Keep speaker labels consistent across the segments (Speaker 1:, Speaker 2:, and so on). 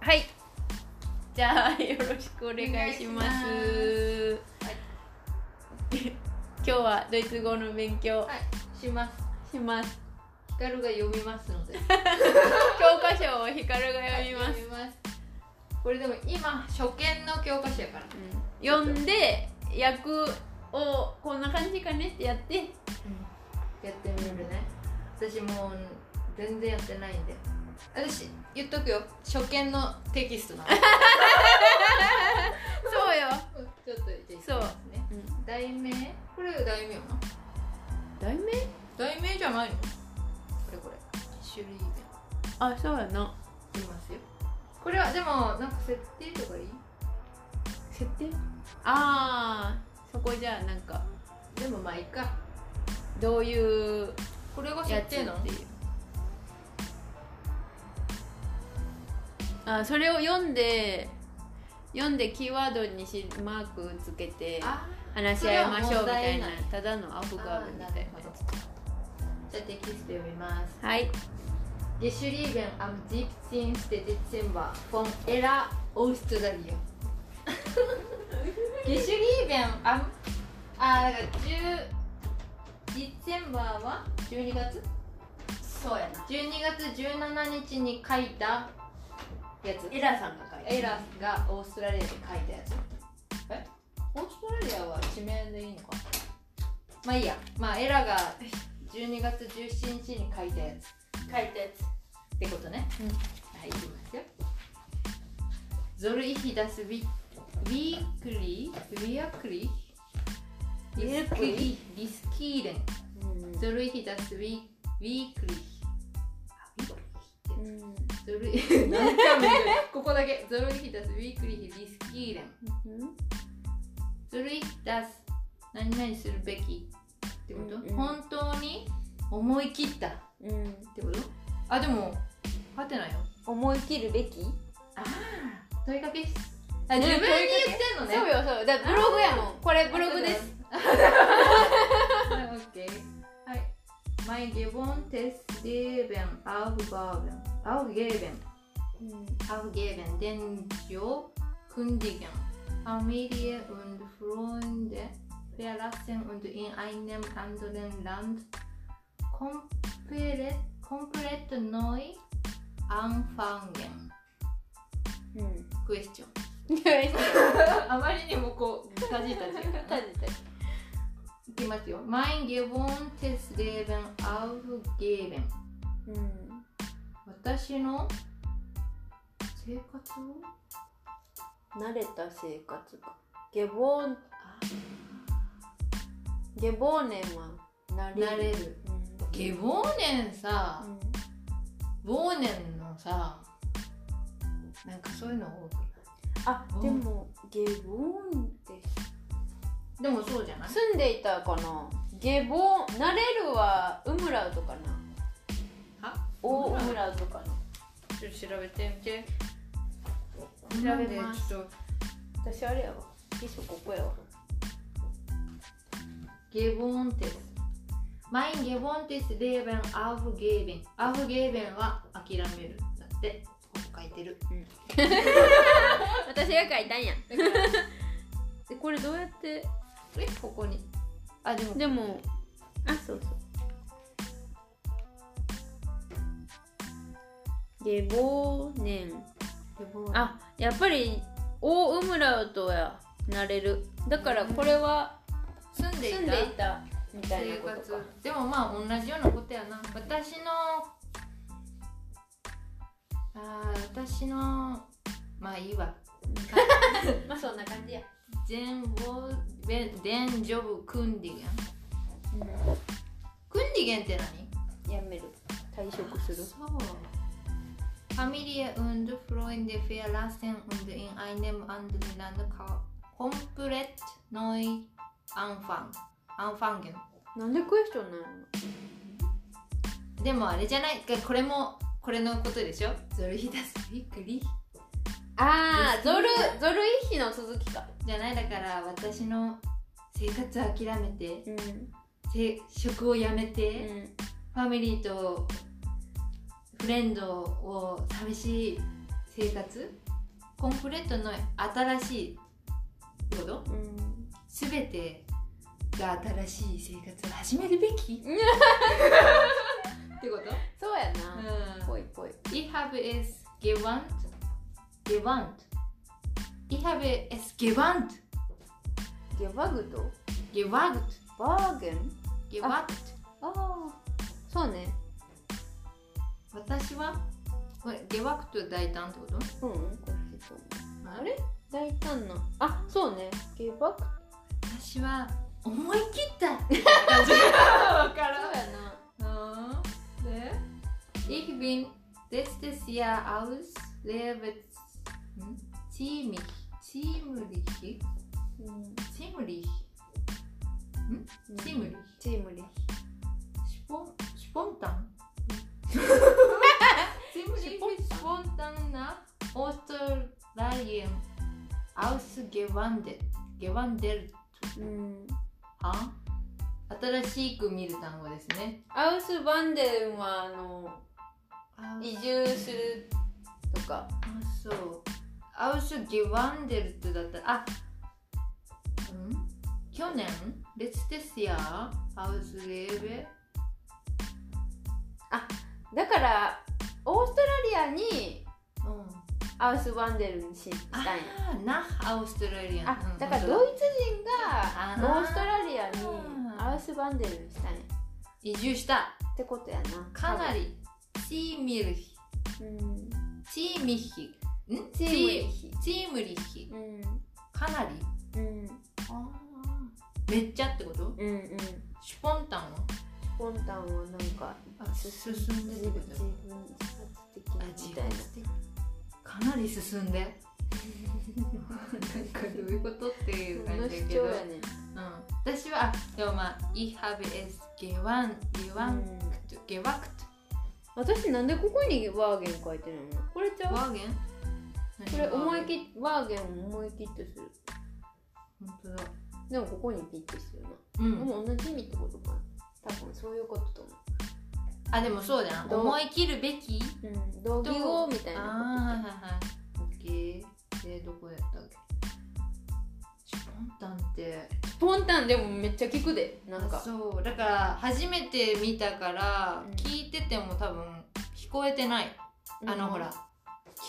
Speaker 1: はいじゃあよろしくお願いします
Speaker 2: はい
Speaker 1: 今日はドイツ語の勉強
Speaker 2: はいします
Speaker 1: します
Speaker 2: ヒカルが読みますので
Speaker 1: 教科書をヒカルが読みます、
Speaker 2: 読みますこれでも今初見の教科書やから、
Speaker 1: うん読んで役をこんな感じかねってやって
Speaker 2: やってみるね私もう全然やってないんで私言っとくよ初見のテキストなの
Speaker 1: そうよ、
Speaker 2: ちょっとじゃあ行きますね題名これ題名よな
Speaker 1: 題名
Speaker 2: 題名じゃないのこれこれ種類名
Speaker 1: あそうやな
Speaker 2: 言いますよこれはでもなんか設定とかいい
Speaker 1: 設定ああそこじゃあなんか
Speaker 2: でもまあいいか
Speaker 1: どういう
Speaker 2: これが
Speaker 1: やつってい
Speaker 2: 設定
Speaker 1: う
Speaker 2: なの
Speaker 1: あそれを読んで読んでキーワードにしマークつけて
Speaker 2: あ
Speaker 1: 話し合いましょうみたいな
Speaker 2: それは問題ない
Speaker 1: ただのアフ
Speaker 2: ー
Speaker 1: ガールみたいなやつ
Speaker 2: じゃあテキスト読みます
Speaker 1: はい、
Speaker 2: Geschrieben am 17. Dezember von Ella Australia. Geschrieben am あだから10 Dezember は12月
Speaker 3: そうやな
Speaker 2: ?12 月17日に書いたやつ。
Speaker 3: エラさんが書いて
Speaker 2: エラがオーストラリアで書いたやつ。えオーストラリアは地名でいいのかまあいいや。まあエラが12月17日に書いたやつ。
Speaker 3: 書いたやつ
Speaker 2: ってことね、
Speaker 1: うん
Speaker 2: はいいきますよゾルイヒダスビビークリービアクリー
Speaker 1: ビアクリ
Speaker 2: リスキーレンゾルイヒダスビビークリーあビークリーゾルイ何回も言うここだけゾルイヒダスビークリーリスキーレンゾルイヒダス何々するべきってこと、
Speaker 1: うんうん
Speaker 2: 本当に思い切ったっ
Speaker 1: うん、
Speaker 2: てことあでもはてなよ
Speaker 1: 思い切るべき、
Speaker 2: ああ問いかけしあ
Speaker 1: ね
Speaker 2: 自分に言ってんの
Speaker 1: そう
Speaker 2: ね
Speaker 1: よそうだからブログやもんこれブログです
Speaker 2: はいオッケーはい Mein gewohntes Leben aufbauen aufgeben aufgeben den Job kündigen Familie und Freunde verlassen und in einem anderen Land komplett, komplett neu anfangen Question あまりにもこうタジタジやからな行きますよ。Mein gewohntes Leben aufgeben. 私の生活を
Speaker 1: 慣れた生活かゲボーンゲボーネンは慣れ
Speaker 2: なれる。ゲ忘年さ、忘年のさ、なんかそういうの多くな
Speaker 1: あでもゲボーンって
Speaker 2: いでもそうじゃない
Speaker 1: 住んでいたかなゲボーン慣れるはウムラウトかな
Speaker 2: は
Speaker 1: お
Speaker 2: ウ
Speaker 1: ウ
Speaker 2: ムラウト
Speaker 1: ムラウトかな
Speaker 2: ちょっと調べてみて。
Speaker 1: 調べます
Speaker 2: ちょっと
Speaker 1: 私あれやわ一緒ここやわ
Speaker 2: Gewohntes。Mein gewohntes Leben aufgeben。aufgeben は諦める。だって、こう書いてる。
Speaker 1: 私が書いた んやでこれどうやって
Speaker 2: え、ここに。あ、でも、
Speaker 1: でもあそうそうゲボーネン
Speaker 2: ゲボー
Speaker 1: あやっぱりオウムラウトやなれるだからこれは
Speaker 2: 住んでい
Speaker 1: 住ん
Speaker 2: た
Speaker 1: でいたみたいな
Speaker 2: 生
Speaker 1: こと
Speaker 2: 活
Speaker 1: か
Speaker 2: でもまあ同じようなことやな私のあー私のまあいいわ
Speaker 1: まあそんな感じや
Speaker 2: 全ボベ全ジョブクンディゲンクンディゲンって何
Speaker 1: やめる退職する
Speaker 2: そう。Familie und Freunde verlassen und in einem anderen Land ka- komplett neu anfangen. anfangen.
Speaker 1: なんでクエスチョンなの
Speaker 2: でもあれじゃないこれもこれのことでしょゾルヒダスびっくり
Speaker 1: ああゾルゾルイヒの続きか
Speaker 2: じゃないだから私の生活を諦めて
Speaker 1: うん、
Speaker 2: せ職を辞め
Speaker 1: う
Speaker 2: て、
Speaker 1: ん、
Speaker 2: ファミリーとフレンドを寂しい生活コンプレートの新しいことすべてが新しい生活を始めるべきってこと
Speaker 1: そうや
Speaker 2: う
Speaker 1: な、ぽいぽい
Speaker 2: Ich habe es gewandt. Gewandt. Ich habe es gewandt.
Speaker 1: ゲバグド
Speaker 2: Gewagt.
Speaker 1: バーゲン
Speaker 2: Gewagt.
Speaker 1: ああそうね
Speaker 2: 私はこれ、gewagt と大胆ってこと
Speaker 1: うんこっちと
Speaker 2: あれ
Speaker 1: 大胆なあそうねゲバグ
Speaker 2: 私は思い切ったって感じわか
Speaker 1: ド
Speaker 2: らん
Speaker 1: やな
Speaker 2: うんで Ich bin letztes Jahr aus Leben hm? ziemlich, ziemlich,
Speaker 1: うん、
Speaker 2: ziemlich, ziemlich
Speaker 1: チームリ
Speaker 2: Spon spontan. Ziemlich
Speaker 1: Spontan.
Speaker 2: spontan nach Australien ausgewandert. Gewandert.
Speaker 1: うん
Speaker 2: あ新しく見る単語ですね。
Speaker 1: アウス・バンデンはあの移住するとか
Speaker 2: あそう。ausgewandert だったら、あうん去年、letztes Jahr aus Leben
Speaker 1: だからオーストラリアに
Speaker 2: うん
Speaker 1: アウス・バンデルにし
Speaker 2: あ
Speaker 1: したいな
Speaker 2: ー nach Australien
Speaker 1: あ
Speaker 2: うん
Speaker 1: だから
Speaker 2: 本
Speaker 1: ド
Speaker 2: 当
Speaker 1: イツ人
Speaker 2: あ
Speaker 1: が
Speaker 2: ー
Speaker 1: オーストラリアにアウス・バンデルにしたいっ
Speaker 2: 移住した。
Speaker 1: てことやな
Speaker 2: かなりチーミルヒ
Speaker 1: 多分うん
Speaker 2: チーミヒん
Speaker 1: チームリヒ
Speaker 2: チームリヒ
Speaker 1: うん
Speaker 2: かなり
Speaker 1: うん
Speaker 2: めっちゃってこと
Speaker 1: うんうん
Speaker 2: シュポンタンは
Speaker 1: ポンタンはなんか
Speaker 2: あ進ん
Speaker 1: 自
Speaker 2: でる
Speaker 1: 分
Speaker 2: って
Speaker 1: 自
Speaker 2: こと
Speaker 1: 分自発的なみたいな
Speaker 2: かなり進んでなんかどういうことっていう
Speaker 1: そ
Speaker 2: 感
Speaker 1: の
Speaker 2: じだ
Speaker 1: 主
Speaker 2: けど、
Speaker 1: 張
Speaker 2: うん
Speaker 1: や、ね
Speaker 2: 私はあでもまあ「イハブエスゲワンゲワンクトゲワクト
Speaker 1: 私なんでここにワーゲン書いてるのこれちゃう
Speaker 2: ワーゲン」
Speaker 1: これ思い
Speaker 2: っ
Speaker 1: 切っワーゲンを思い切ってする
Speaker 2: 本当だ
Speaker 1: でもここにピッてするな、
Speaker 2: うん
Speaker 1: もう同じ意味ってことかな多分そういうことと思
Speaker 2: あでもそうじゃん
Speaker 1: どう
Speaker 2: 思い切るべき
Speaker 1: う、うん、同義語みたい
Speaker 2: あ
Speaker 1: な
Speaker 2: ーはいはいはい。オッケー。で、どこやったっけシュポンタンって。
Speaker 1: ことポンタンでもめっちゃ聞くでなん
Speaker 2: あ
Speaker 1: か
Speaker 2: そう。だから、初めて見たから、
Speaker 1: うん
Speaker 2: 聞いてても多分、聞こえてない。あの、ほら、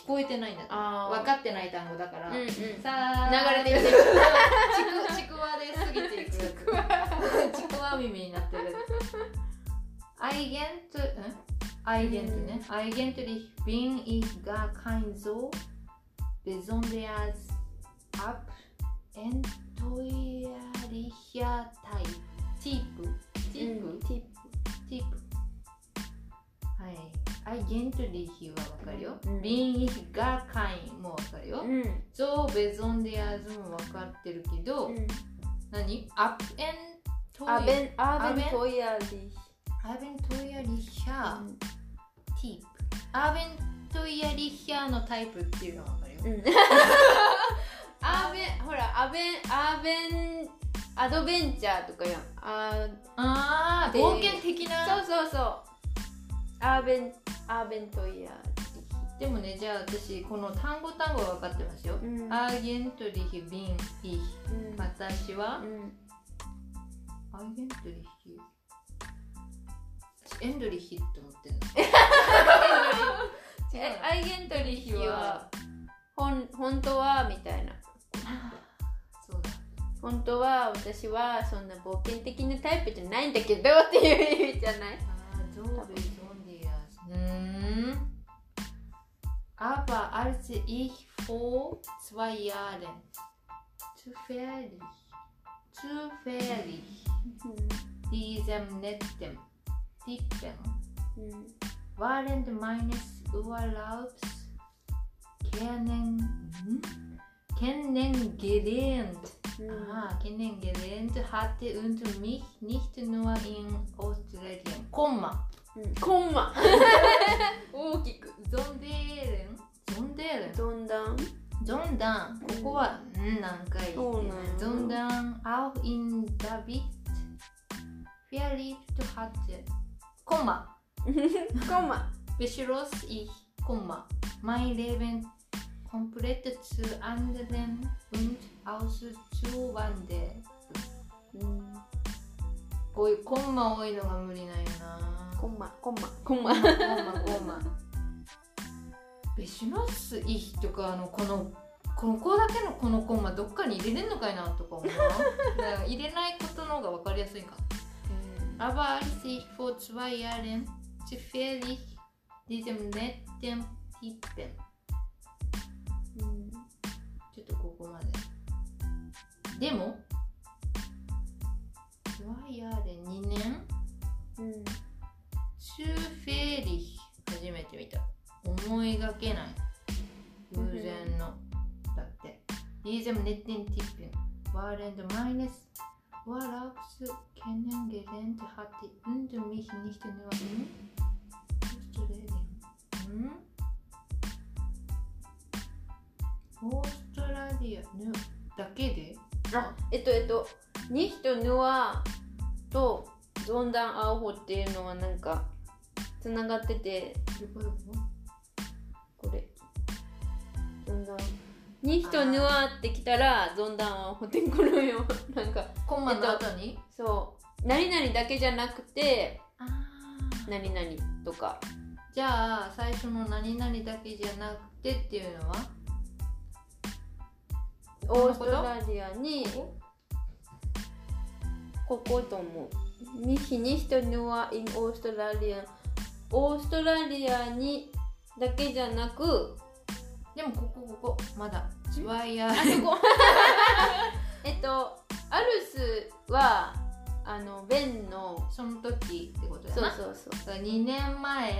Speaker 2: 聞こえてないんだって。
Speaker 1: あ
Speaker 2: 分かってない単語だから。
Speaker 1: うんうん
Speaker 2: さあ、
Speaker 1: 流れてきて
Speaker 2: る。 ちくちくわで過ぎて いくやつ。ちくわ耳になってるやつ。アイゲント、んアイゲントね。アイゲントリヒビンイガカインゾーベゾンデアズアップエントイアリヒャタイティープティープ、
Speaker 1: うんティップ
Speaker 2: ティープはい。アイゲントリヒはわかるよ。
Speaker 1: うん
Speaker 2: ビンイガカインもわかるよ。
Speaker 1: うん
Speaker 2: ゾーベゾンデアズもわかってるけど、
Speaker 1: うん
Speaker 2: 何アップエントイ
Speaker 1: アベンア
Speaker 2: ア
Speaker 1: ーベ
Speaker 2: ベ
Speaker 1: ン
Speaker 2: ン
Speaker 1: トイヤーディ
Speaker 2: アベントイヤリヒャー
Speaker 1: うん
Speaker 2: ティープアベントイヤリヒャーのタイプっていうのはわかるよ
Speaker 1: うんアーベンほらアベンアーベンアドベンチャーとかやんあ
Speaker 2: あー
Speaker 1: で
Speaker 2: 冒険的な
Speaker 1: ーそうそうそうアーベンアーベントイヤー
Speaker 2: でもねじゃあ私この単語単語は分かってますよ、
Speaker 1: ディうん
Speaker 2: アーゲントリヒビンイヒ
Speaker 1: うん
Speaker 2: 私
Speaker 1: う
Speaker 2: は
Speaker 1: ん
Speaker 2: アーゲントリヒ私エンドリヒって思 ってんのエンド
Speaker 1: え
Speaker 2: リ違う
Speaker 1: アイゲントリヒは本本当はみたいな
Speaker 2: そうだ
Speaker 1: 本当は私はそんな冒険的なタイプじゃないんだけどっていう意味じゃない
Speaker 2: ゾーベゾンディアス。うん。Aber als ich vor zwei Jahren zufällig, zufällig diesem netten Tippen während meines Urlaubs kennen, hm? kennengelernt Ah, kennengelernt hatte und mich nicht nur in Australien, Komma,
Speaker 1: コンマ 大きく
Speaker 2: sondern, sondern,
Speaker 1: どん だん
Speaker 2: sondern, ここは、うん、何回言
Speaker 1: そ
Speaker 2: っ
Speaker 1: う
Speaker 2: て
Speaker 1: なんや
Speaker 2: ない sondern auch in David verliebt hatte, Komma,
Speaker 1: コンマ
Speaker 2: beschloss ich, Komma, mein Leben komplett zu anderen und auszuwandern
Speaker 1: うん
Speaker 2: おいコンマ多いのが無理なんよな
Speaker 1: コンマコンマコンマ
Speaker 2: Goma, Goma. 別紙のスイヒとかあのこのここだけのこのコンマどっかに入れれんのかいなとか思うなだから入れないことの方が分かりやすいか Aber als ich vor zwei Jahren zufällig diesem netten Typen
Speaker 1: うんうん
Speaker 2: ちょっとここまででも2ヤーで2年
Speaker 1: うん
Speaker 2: チューフェーリー初めて見た思いがけない偶然のだってリーゼムネッテンティッピンワーレンドマイネスワーラプスケネンゲレントハティンドミヒニヒテヌワインオーストラリアんオーストラリアヌだけで
Speaker 1: あえっとえっとニヒとヌアとゾンダンアオホっていうのはなんかつながってて
Speaker 2: どこどこ
Speaker 1: これゾンダンニヒとヌアって来たらゾンダンアオホって来るよなんか
Speaker 2: コンマの後に、
Speaker 1: そう何々だけじゃなくて
Speaker 2: あー
Speaker 1: 何々とか
Speaker 2: じゃあ最初の何々だけじゃなくてっていうのは
Speaker 1: オーストラリアにここと思う。にひにひとには in オーストラリア。オーストラリアにだけじゃなく、
Speaker 2: でもここここまだワイヤー
Speaker 1: あそこ。えっと、アルスは、あの、ベンの。
Speaker 2: その時ってことや
Speaker 1: そう
Speaker 2: な
Speaker 1: そうそ
Speaker 2: だから2年前
Speaker 1: う。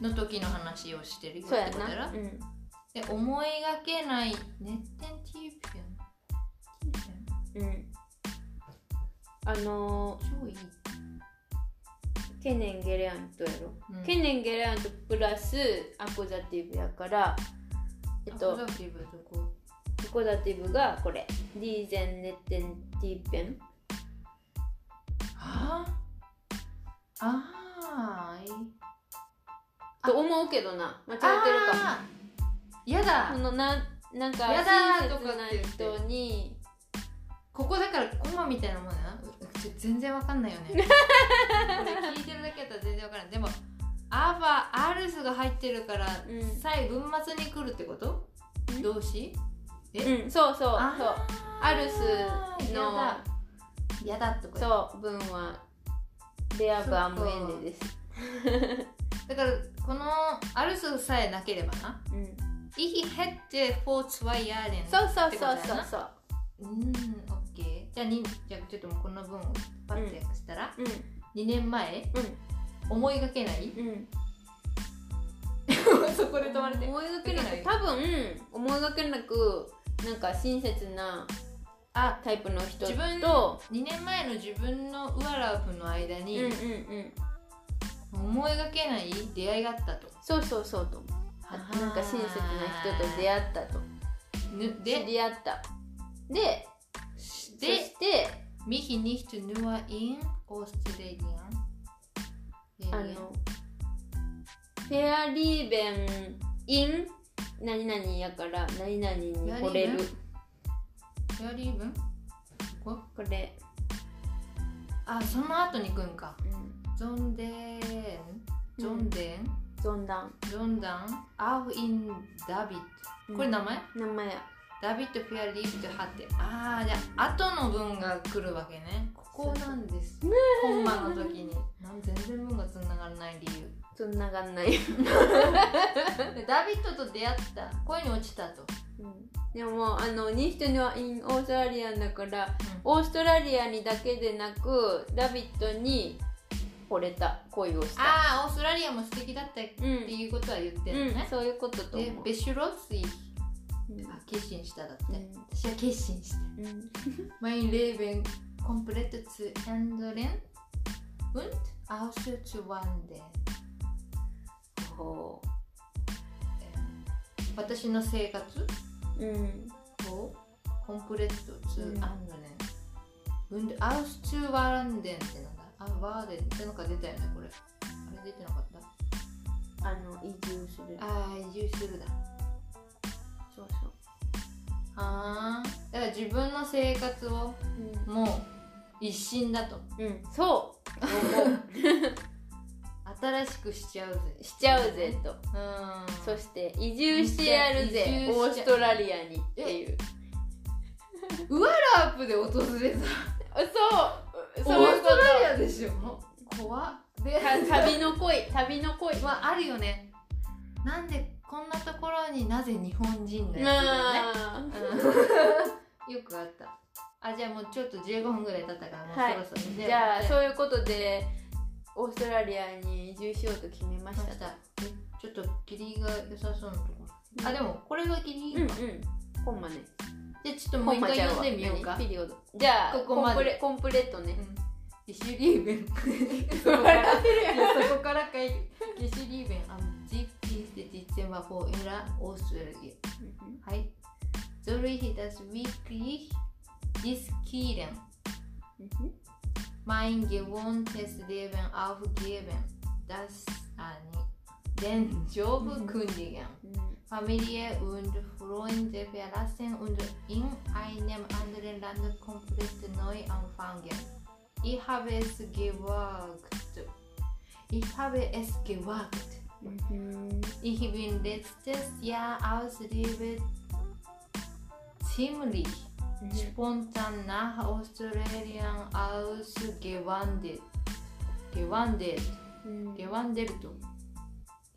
Speaker 1: うん、
Speaker 2: の時の話をしてるよって
Speaker 1: そうや
Speaker 2: ことや
Speaker 1: な。
Speaker 2: ろ
Speaker 1: うん、
Speaker 2: で思いがけないネッテンティーピョンティー
Speaker 1: う
Speaker 2: ピ
Speaker 1: ん。あの
Speaker 2: ョン超いい
Speaker 1: ー、ケネンゲレアントやろ。
Speaker 2: うん
Speaker 1: ケネンゲレアントプラスアコザティブやから、えっと
Speaker 2: ア、クザティブどこ
Speaker 1: アコザティブがこれ。ディーゼンネッテンティーペン。
Speaker 2: あーあーい
Speaker 1: と思うけどな間違えてるかも
Speaker 2: あーやだ
Speaker 1: このななんか
Speaker 2: やだ
Speaker 1: 親
Speaker 2: ー
Speaker 1: 切な
Speaker 2: とかって言っ
Speaker 1: 人に
Speaker 2: ここだからコマみたいなもんやなうちょ全然わかんないよ ねこれ聞いてるだけやったら全然わからんでもアーバーアルスが入ってるから、
Speaker 1: うん
Speaker 2: 最後文末に来るってこと
Speaker 1: ん
Speaker 2: 動詞
Speaker 1: うんそうそうそう
Speaker 2: ー
Speaker 1: アルスの
Speaker 2: やだやだとかだ
Speaker 1: そう文はレアブアムエンデです
Speaker 2: からこのアルスさえなければな
Speaker 1: うん
Speaker 2: イヒヘッテフォーツワイヤーレン
Speaker 1: そうそう
Speaker 2: って
Speaker 1: そ
Speaker 2: ことや
Speaker 1: う
Speaker 2: な
Speaker 1: そうそう
Speaker 2: うーんオッケーじゃあにじゃあちょっともうこの文をパッて訳したら、
Speaker 1: うん
Speaker 2: 2年前思いが けない
Speaker 1: うんうん
Speaker 2: そこで止まれて
Speaker 1: 思いがけなく多分思いがけなくなんか親切な
Speaker 2: あ
Speaker 1: タイプの人
Speaker 2: 自分
Speaker 1: と
Speaker 2: 2年前の自分のウアラフの間
Speaker 1: うん
Speaker 2: に
Speaker 1: うんうん
Speaker 2: 思いがけない出会いがあったと、
Speaker 1: そうそうそうとなんか親切な人と出会ったと
Speaker 2: 会っ
Speaker 1: 知
Speaker 2: で
Speaker 1: り合ったでそ
Speaker 2: で
Speaker 1: して
Speaker 2: ミヒニヒトヌアインオーストラリアン
Speaker 1: あのフェアリーベンイン何々やから何々に惚れる
Speaker 2: フェアリーブンここ
Speaker 1: これ、
Speaker 2: あその後に来んか
Speaker 1: うん、
Speaker 2: ゾンデーンゾンデン、
Speaker 1: ゾンダン
Speaker 2: ゾンダンアウインダビッドこれ名前、
Speaker 1: 名前や
Speaker 2: ダビッド・フェアリーブとハテああじゃあ後の文が来るわけねここなんですコンマの時になん全然文がつながらない理由
Speaker 1: つながんない、
Speaker 2: でダビッドと出会った恋に落ちたと、
Speaker 1: でもあのニヒトにはインオーストラリアンだからオーストラリアにだけでなくラビットに惚れた恋をした
Speaker 2: ああオーストラリアも素敵だったって
Speaker 1: うん、
Speaker 2: いうことは言って
Speaker 1: う
Speaker 2: るの
Speaker 1: ん
Speaker 2: ね、
Speaker 1: そういうことと
Speaker 2: で
Speaker 1: 思う
Speaker 2: ベシュロス
Speaker 1: う
Speaker 2: イ
Speaker 1: ん
Speaker 2: あ決心しただって、
Speaker 1: うん
Speaker 2: 私は決心した
Speaker 1: うん
Speaker 2: マインレーベンコンプレットツエンドレンうんアウスツワンデン
Speaker 1: ほ
Speaker 2: 私の生活
Speaker 1: ううん
Speaker 2: をコンプレットツーアンドネン。うん、アウスチューワーランデンってなんだあ、ワーデンってなんか出たよね、これ。あれ出てなかった
Speaker 1: あの移住する
Speaker 2: ああ移住するだ
Speaker 1: そうそう、
Speaker 2: ああだから自分の生活をもう一新だと
Speaker 1: うんそ
Speaker 2: 新しくしちゃうぜ
Speaker 1: うしちゃうぜと、
Speaker 2: うん
Speaker 1: そして移住してやるぜ
Speaker 2: 移住
Speaker 1: オー
Speaker 2: して
Speaker 1: ストラリアにっていう
Speaker 2: カープで訪れた
Speaker 1: あそう
Speaker 2: オ
Speaker 1: そういう
Speaker 2: ース
Speaker 1: こ
Speaker 2: トラリアでしょ怖っで
Speaker 1: とた旅の恋旅の恋
Speaker 2: まああるよねなんでこんなところになぜ日本人がやってるよね
Speaker 1: あ
Speaker 2: うん よくあったあじゃあもうちょっと15分ぐらい経ったからもう
Speaker 1: はい
Speaker 2: そろそろ
Speaker 1: ー
Speaker 2: で
Speaker 1: じゃあ
Speaker 2: で
Speaker 1: そういうことでオーストラリアに移住しようと決めまし
Speaker 2: 明
Speaker 1: た
Speaker 2: 日ちょっと霧が良さそうなところあでもこれが霧いい
Speaker 1: うんうん
Speaker 2: か、
Speaker 1: コンマね
Speaker 2: じゃあちょっともう一回読んでみようか
Speaker 1: ピリオドじゃあ
Speaker 2: ここまで
Speaker 1: コンプレコンプレット ね
Speaker 2: うんゲシュリーベンそこから
Speaker 1: 笑ってる やん
Speaker 2: そこからかいゲシュリーベンアムジッピーステティッツェンバフォーエラオーストラリアはいゾルイヒダスウィークリーディスキーレン Mein gewohntes Leben aufgeben, das an den Job
Speaker 1: Mhm.
Speaker 2: kündigen,
Speaker 1: うん
Speaker 2: Familie und Freunde verlassen und in einem anderen Land komplett neu anfangen. Ich habe es gewagt. Ich habe es gewagt. Ich bin letztes Jahr aus Liebe ziemlich spontan nach Australien ausgewandert. Gewandert. Gewandert.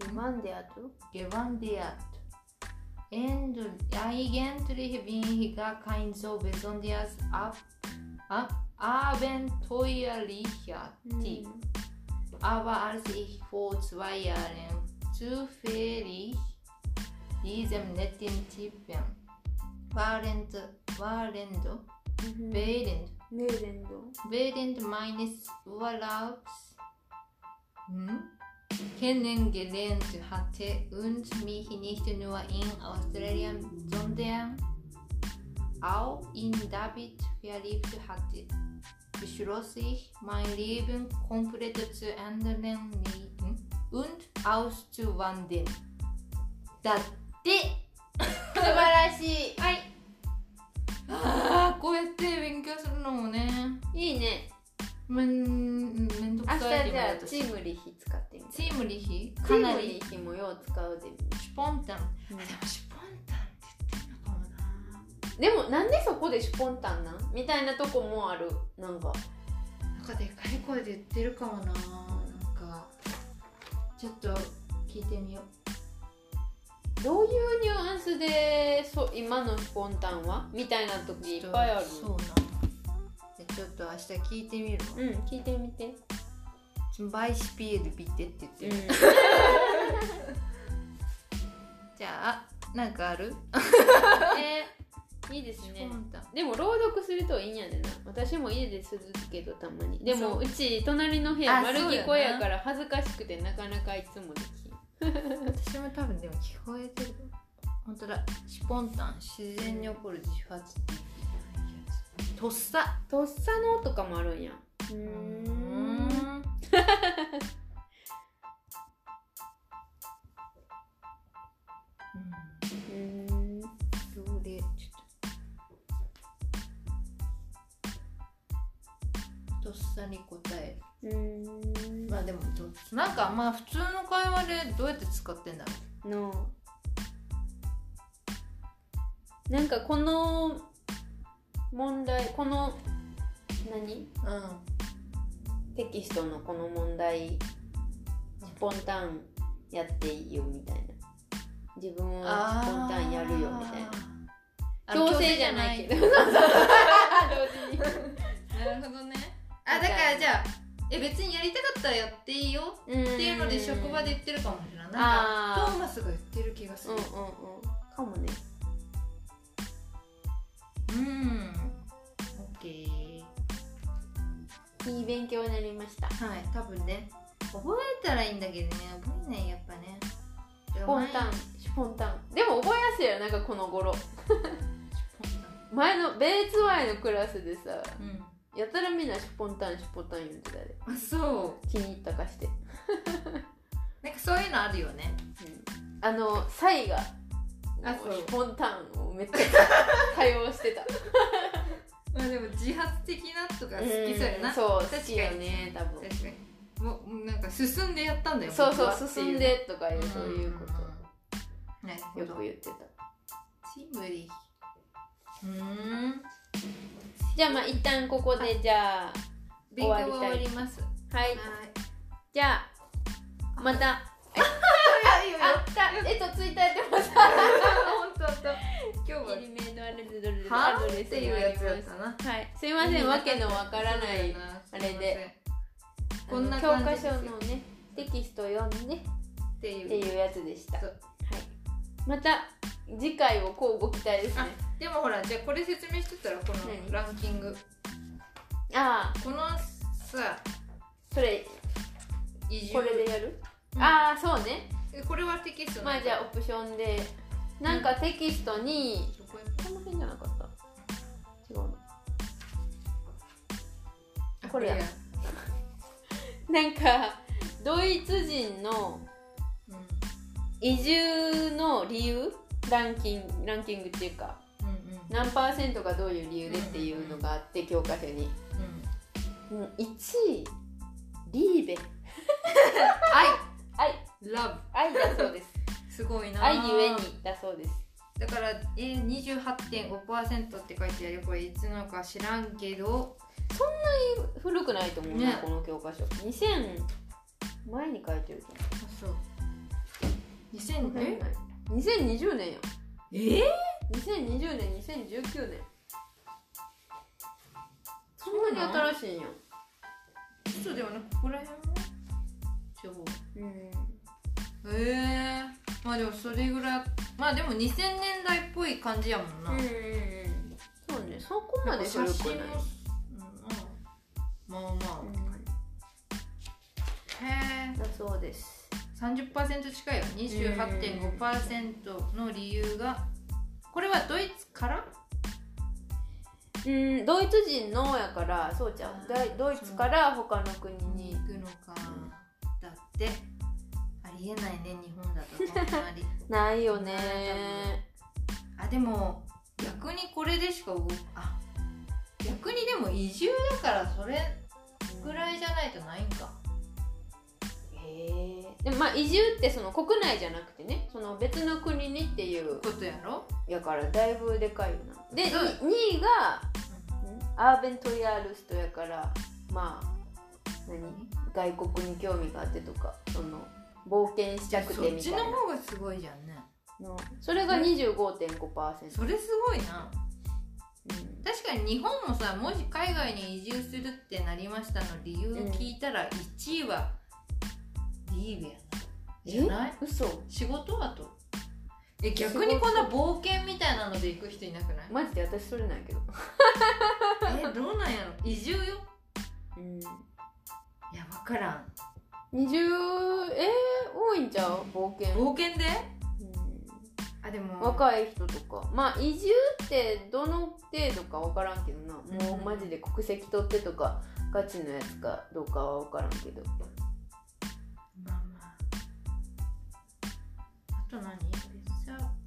Speaker 1: リマンデアと
Speaker 2: Gewandert. Und eigentlich bin ich gar kein so besonders ab, ab, abenteuerlicher Typ.
Speaker 1: Hm.
Speaker 2: Aber als ich vor zwei Jahren zufällig diesem netten Typen während, während,
Speaker 1: ベ
Speaker 2: während
Speaker 1: メーレンド
Speaker 2: während meines Urlaubs hm, kennengelernt hatte und mich nicht nur in Australien, sondern auch in David verliebt hatte, beschloss ich, mein Leben komplett zu ändern hm, und auszuwandern. Das
Speaker 1: 素晴らしい
Speaker 2: はいあーこうやって勉強するのもね
Speaker 1: いいね
Speaker 2: めんめんどく
Speaker 1: 明日
Speaker 2: さい
Speaker 1: じゃあチ
Speaker 2: チ
Speaker 1: ームリヒ使ってみる
Speaker 2: チームリヒ
Speaker 1: チ
Speaker 2: か
Speaker 1: ー
Speaker 2: な
Speaker 1: ムリ
Speaker 2: り
Speaker 1: ヒもよう使うで
Speaker 2: シュポンタン、
Speaker 1: うん
Speaker 2: あでもシュポンタンって言ってるのかも
Speaker 1: でもなんでそこでシュポンタンなんみたいなとこもあるなんか
Speaker 2: ななんかでかい声で言ってるかもななんかちょっと聞いてみよ
Speaker 1: どういうニュアンスでそ今のシュポンタンはみたいな
Speaker 2: う
Speaker 1: 時いっぱいある
Speaker 2: そうなでちょっと明日聞いてみるわ
Speaker 1: うん聞いてみて
Speaker 2: 「zum Beispiel bitte」って言ってる、じゃあなんかある
Speaker 1: えーいいです
Speaker 2: シ
Speaker 1: ね
Speaker 2: ュポンタン
Speaker 1: でも朗読するといいんやでな私も家でするけどたまにでも
Speaker 2: そう
Speaker 1: うち隣の部屋
Speaker 2: あ
Speaker 1: 丸
Speaker 2: そうや
Speaker 1: 聞
Speaker 2: な
Speaker 1: こえやから恥ずかしくてなかなかいつもできん
Speaker 2: 私も多分でも聞こえてる本当だシポンタン自然に起こる自発的なとっさ
Speaker 1: とっさのとかもあるんやうー
Speaker 2: うー
Speaker 1: ん
Speaker 2: んどれちょっととっさに答え
Speaker 1: うーん
Speaker 2: るまあでもどなんかまあ普通の会話でどうやって使ってんだろう
Speaker 1: のなんかこの問題この何
Speaker 2: うん
Speaker 1: テキストのこの問題スポンタンやっていいよみたいな自分はスポンタンやるよみたいな
Speaker 2: あー
Speaker 1: 強制じゃないけど同 時に
Speaker 2: なるほどね。
Speaker 1: あ
Speaker 2: あ
Speaker 1: だ
Speaker 2: だ
Speaker 1: か
Speaker 2: かららじゃあえ別にやりたかったらやっていいよっていうので職場で言ってるかもしれない。なん
Speaker 1: あ
Speaker 2: か
Speaker 1: ー
Speaker 2: トーマスが言ってる気がす
Speaker 1: うん
Speaker 2: る
Speaker 1: うん。うんかもね
Speaker 2: うん。オッケー。
Speaker 1: いい勉強になりました
Speaker 2: はい多分ね覚えたらいいんだけどね覚えないやっぱね。
Speaker 1: スポンタンス
Speaker 2: シ
Speaker 1: ポンタンでも覚えやすいよなんかこの頃
Speaker 2: ュポン
Speaker 1: 前のベーツワイのクラスでさ
Speaker 2: タン。
Speaker 1: やたらみんなシュポンタンシュポンタン言ってたで
Speaker 2: うん。あそう。
Speaker 1: 気に入ったかして
Speaker 2: なんかそういうのあるよね
Speaker 1: あのサイが
Speaker 2: あそう
Speaker 1: スポンタンをめっちゃ多用して た
Speaker 2: まあでも自発的なとか好きそうやな、
Speaker 1: んそう好
Speaker 2: 確かに
Speaker 1: きよね多分
Speaker 2: 確かにもうなんか進んでやったんだよ
Speaker 1: そう
Speaker 2: 僕は
Speaker 1: そう
Speaker 2: ってい
Speaker 1: 進んでとかいうそういうこ
Speaker 2: うんなる
Speaker 1: と
Speaker 2: ほ
Speaker 1: よ
Speaker 2: ど
Speaker 1: く言ってた
Speaker 2: チームリうーん
Speaker 1: じゃあまあ一旦ここでじゃあ
Speaker 2: 勉強は
Speaker 1: 終
Speaker 2: 終
Speaker 1: わ
Speaker 2: わ
Speaker 1: り
Speaker 2: ります
Speaker 1: はいじゃあまた
Speaker 2: はい
Speaker 1: あったえっとツイッターやってます
Speaker 2: 本当本当 今日は
Speaker 1: イリメイドアレルドル
Speaker 2: は
Speaker 1: アドレ
Speaker 2: っ
Speaker 1: ス
Speaker 2: て
Speaker 1: に
Speaker 2: いう
Speaker 1: あ
Speaker 2: や
Speaker 1: り
Speaker 2: つ
Speaker 1: ま
Speaker 2: だっ
Speaker 1: す
Speaker 2: たな
Speaker 1: はいすいませんわけのわからない
Speaker 2: あ
Speaker 1: れで
Speaker 2: こんな
Speaker 1: 教
Speaker 2: 感じ
Speaker 1: 科
Speaker 2: です
Speaker 1: 書のねテキストを読んで
Speaker 2: って
Speaker 1: って
Speaker 2: いう
Speaker 1: いうやつでした。は
Speaker 2: そ。
Speaker 1: いうまた次回をこうご期待ですね。
Speaker 2: でもほらじゃあこれ説明してたらこの
Speaker 1: 何
Speaker 2: ランキング
Speaker 1: ああ
Speaker 2: このさ
Speaker 1: それ
Speaker 2: 移住
Speaker 1: これでやる？
Speaker 2: うん
Speaker 1: ああそうね。
Speaker 2: えこれはテキスト
Speaker 1: まあじゃあ
Speaker 2: あ
Speaker 1: オプションでなんかテキストに
Speaker 2: どこ
Speaker 1: この辺じゃなかった。違うの。
Speaker 2: や
Speaker 1: これやなんかドイツ人の
Speaker 2: うん
Speaker 1: 移住の理由ランキングランキングっていうか
Speaker 2: うんうん
Speaker 1: 何パーセントがどういう理由でっていうのがあって教科書に。
Speaker 2: うん
Speaker 1: うん、1位リーベ
Speaker 2: 愛
Speaker 1: 愛
Speaker 2: ラ
Speaker 1: 愛だそうです。
Speaker 2: ブすごいな
Speaker 1: 愛ゆえにだそうです。
Speaker 2: だから、えー、28.5%って書いてあるよこれいつのか知らんけど
Speaker 1: 古くないと思うな、
Speaker 2: ね
Speaker 1: この教科書2000前に書いてる
Speaker 2: あそう2000
Speaker 1: じゃん2020年よ
Speaker 2: ええ
Speaker 1: 2020年2019年そ
Speaker 2: うんな
Speaker 1: な
Speaker 2: の
Speaker 1: に新しいんよ
Speaker 2: そうだよねここら辺も情報
Speaker 1: うん
Speaker 2: ええまあでもそれぐらいまあでも2000年代っぽい感じやもんな、
Speaker 1: うんうんそうねそこま
Speaker 2: なんか
Speaker 1: で
Speaker 2: 写
Speaker 1: 古く
Speaker 2: 真も、
Speaker 1: ない
Speaker 2: うん、まあまあ
Speaker 1: うん
Speaker 2: へえ
Speaker 1: だそうです
Speaker 2: 30%近いよ28.5%の理由がこれはドイツから
Speaker 1: うんドイツ人のやからそうちゃ
Speaker 2: あ
Speaker 1: う
Speaker 2: ー
Speaker 1: だいドイツから他の国
Speaker 2: に
Speaker 1: に
Speaker 2: 行くのか、だってありえないね日本だとあんまり
Speaker 1: ないよね
Speaker 2: あでも逆にこれでしか動くあ逆にでも移住だからそれぐらいじゃないとないんか
Speaker 1: へえでもまあ移住ってその国内じゃなくてねその別の国にっていう
Speaker 2: ことやろ、
Speaker 1: やからだいぶでかいよなで、に
Speaker 2: う
Speaker 1: 2位がアーベントリアールストやからまあ何外国に興味があってとかその冒険しちゃく
Speaker 2: そ
Speaker 1: て
Speaker 2: っ
Speaker 1: みた
Speaker 2: ち
Speaker 1: い
Speaker 2: の
Speaker 1: な
Speaker 2: 方がすごいじゃんね
Speaker 1: のそれが25.5%、
Speaker 2: それすごいな
Speaker 1: うん
Speaker 2: 確かに日本もさもし海外に移住するってなりましたの理由
Speaker 1: うん
Speaker 2: 聞いたら1位はリーベやな
Speaker 1: え
Speaker 2: じゃない
Speaker 1: 嘘
Speaker 2: 仕事はとえ逆にこんな冒険みたいなので行く人いなくない
Speaker 1: マジで私それないけど、
Speaker 2: えどうなんやろ移住よ
Speaker 1: うん、
Speaker 2: いや分からん
Speaker 1: 20えー、多いんちゃう冒険、
Speaker 2: 冒険で
Speaker 1: うん
Speaker 2: あでも
Speaker 1: 若い人とかまあ移住ってどの程度か分からんけどなもうマジで国籍取ってとかガチのやつかどうかは分からんけど
Speaker 2: まあまああと何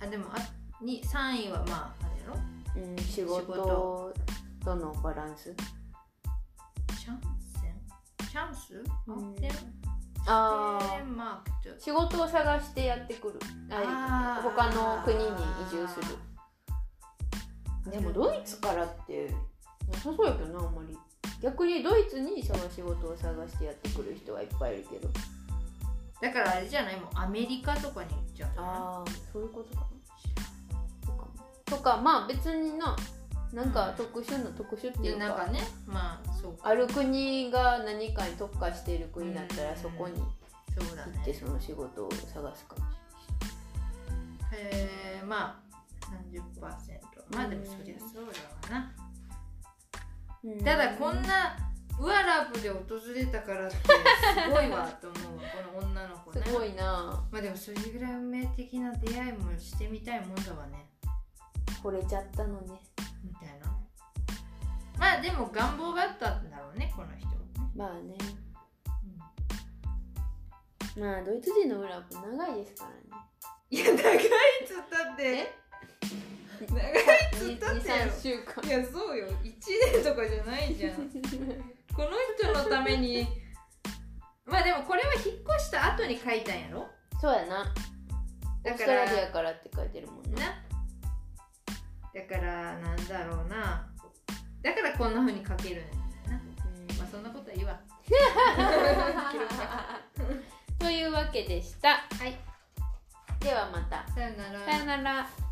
Speaker 2: あでもあに3位はまああれやろ
Speaker 1: うん仕
Speaker 2: 事
Speaker 1: 事とのバランス
Speaker 2: シャンセンシャンス
Speaker 1: う
Speaker 2: あ
Speaker 1: ん
Speaker 2: で
Speaker 1: あ
Speaker 2: で
Speaker 1: あ
Speaker 2: まあちょ
Speaker 1: 仕事を探してやってくるあ
Speaker 2: あー
Speaker 1: 他の国に移住するでもドイツからってなさそうやけどなあんまり逆にドイツにその仕事を探してやってくる人はいっぱいいるけど
Speaker 2: だからあれじゃないもうアメリカとかに行っちゃう
Speaker 1: ああそういうことかなとかとかまあ別にななんか特殊の特殊ってい
Speaker 2: で
Speaker 1: う
Speaker 2: なん
Speaker 1: か
Speaker 2: かねまあそう
Speaker 1: ある国が何かに特化している国だった
Speaker 2: う
Speaker 1: ら
Speaker 2: ん
Speaker 1: そこに行
Speaker 2: そうだ
Speaker 1: っ
Speaker 2: ね
Speaker 1: てその仕事を探すかもし
Speaker 2: えー、まあ30%まあでもそりゃそうだわな
Speaker 1: れない
Speaker 2: ただこんなウアラブで訪れたからってすごいわと思うわこの女の子ね
Speaker 1: すごいな
Speaker 2: まあでもそれぐらい運命的な出会いもしてみたいもんだわね
Speaker 1: 惚れちゃったのね
Speaker 2: みたいなまあでも願望があったんだろうねこの人はね、
Speaker 1: まあねまあドイツ人の裏も長いですからね
Speaker 2: いや長いっつったって長いっつったってやろ
Speaker 1: 23週間
Speaker 2: いやそうよ1年とかじゃない じゃんこの人のためにまあでもこれは引っ越した後に書いたんやろ
Speaker 1: そうやなオ
Speaker 2: だ
Speaker 1: ース
Speaker 2: か
Speaker 1: ト
Speaker 2: ら
Speaker 1: ラリアからって書いてるもんね
Speaker 2: なだからなんだろうなだからこんなふうに書けるんだよなまあそんなことはいいわ
Speaker 1: というわけでした
Speaker 2: はい
Speaker 1: ではまた
Speaker 2: さよなら
Speaker 1: さよなら